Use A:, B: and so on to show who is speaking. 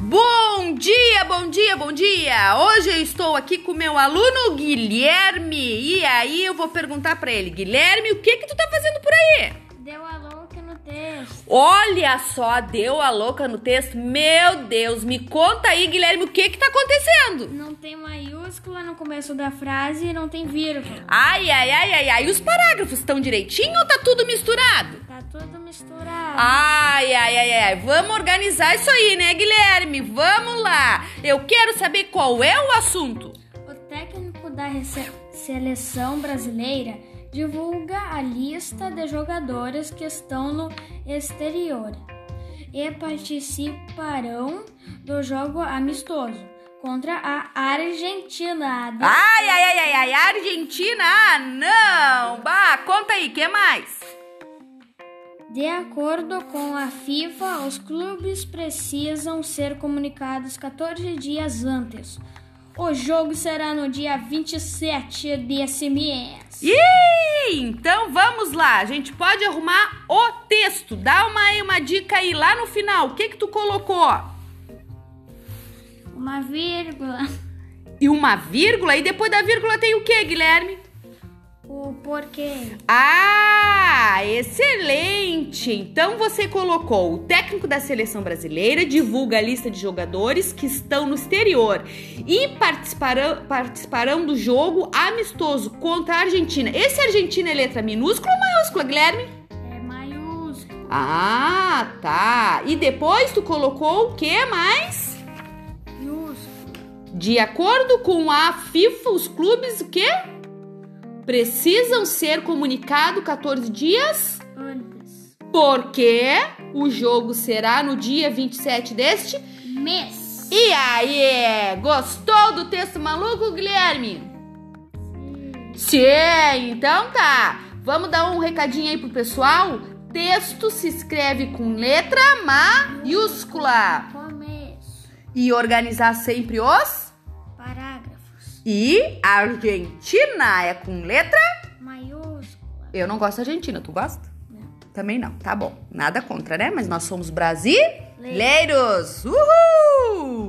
A: Bom dia, bom dia, bom dia! Hoje eu estou aqui com meu aluno Guilherme e aí eu vou perguntar para ele, Guilherme, o que que tu tá fazendo por aí?
B: Deu a louca no texto.
A: Olha só, deu a louca no texto. Meu Deus, me conta aí, Guilherme, o que que tá acontecendo?
B: Não tem maiúscula no começo da frase e não tem vírgula.
A: Ai, ai, ai, ai, ai, e os parágrafos estão direitinho ou tá tudo misturado?
B: Tá tudo misturado.
A: Ai, ai, ai, ai, vamos organizar isso aí, né, Guilherme? Vamos lá! Eu quero saber qual é o assunto.
B: O técnico da rece- seleção brasileira divulga a lista de jogadores que estão no exterior e participarão do jogo amistoso contra a Argentina.
A: Ai, ai, ai, ai, ai, Argentina, ah, não! Bah, conta aí, que mais?
B: De acordo com a FIFA, os clubes precisam ser comunicados 14 dias antes. O jogo será no dia 27 desse mês.
A: Ih, então vamos lá, a gente pode arrumar o texto. Dá uma aí, uma dica aí lá no final. O que que tu colocou?
B: Uma vírgula.
A: E uma vírgula, e depois da vírgula tem o que, Guilherme?
B: O porquê?
A: Ah, excelente! Então você colocou o técnico da seleção brasileira divulga a lista de jogadores que estão no exterior e participarão, participarão do jogo amistoso contra a Argentina. Esse Argentina é letra minúscula ou maiúscula, Guilherme?
B: É maiúsculo.
A: Ah, tá. E depois tu colocou o que mais?
B: Minúsculo.
A: De acordo com a FIFA, os clubes o quê? Precisam ser comunicados 14 dias
B: Antes.
A: porque o jogo será no dia 27 deste.
B: Mês.
A: E aí, gostou do texto maluco, Guilherme? Sim, então tá. Vamos dar um recadinho aí pro pessoal? Texto se escreve com letra maiúscula.
B: Começo.
A: E organizar sempre os.
B: Parágrafos.
A: E Argentina é com letra.
B: Maiúscula.
A: É. Eu não gosto da Argentina, tu gosta?
B: Não.
A: Também não, tá bom. Nada contra, né? Mas nós somos brasileiros. Uhul!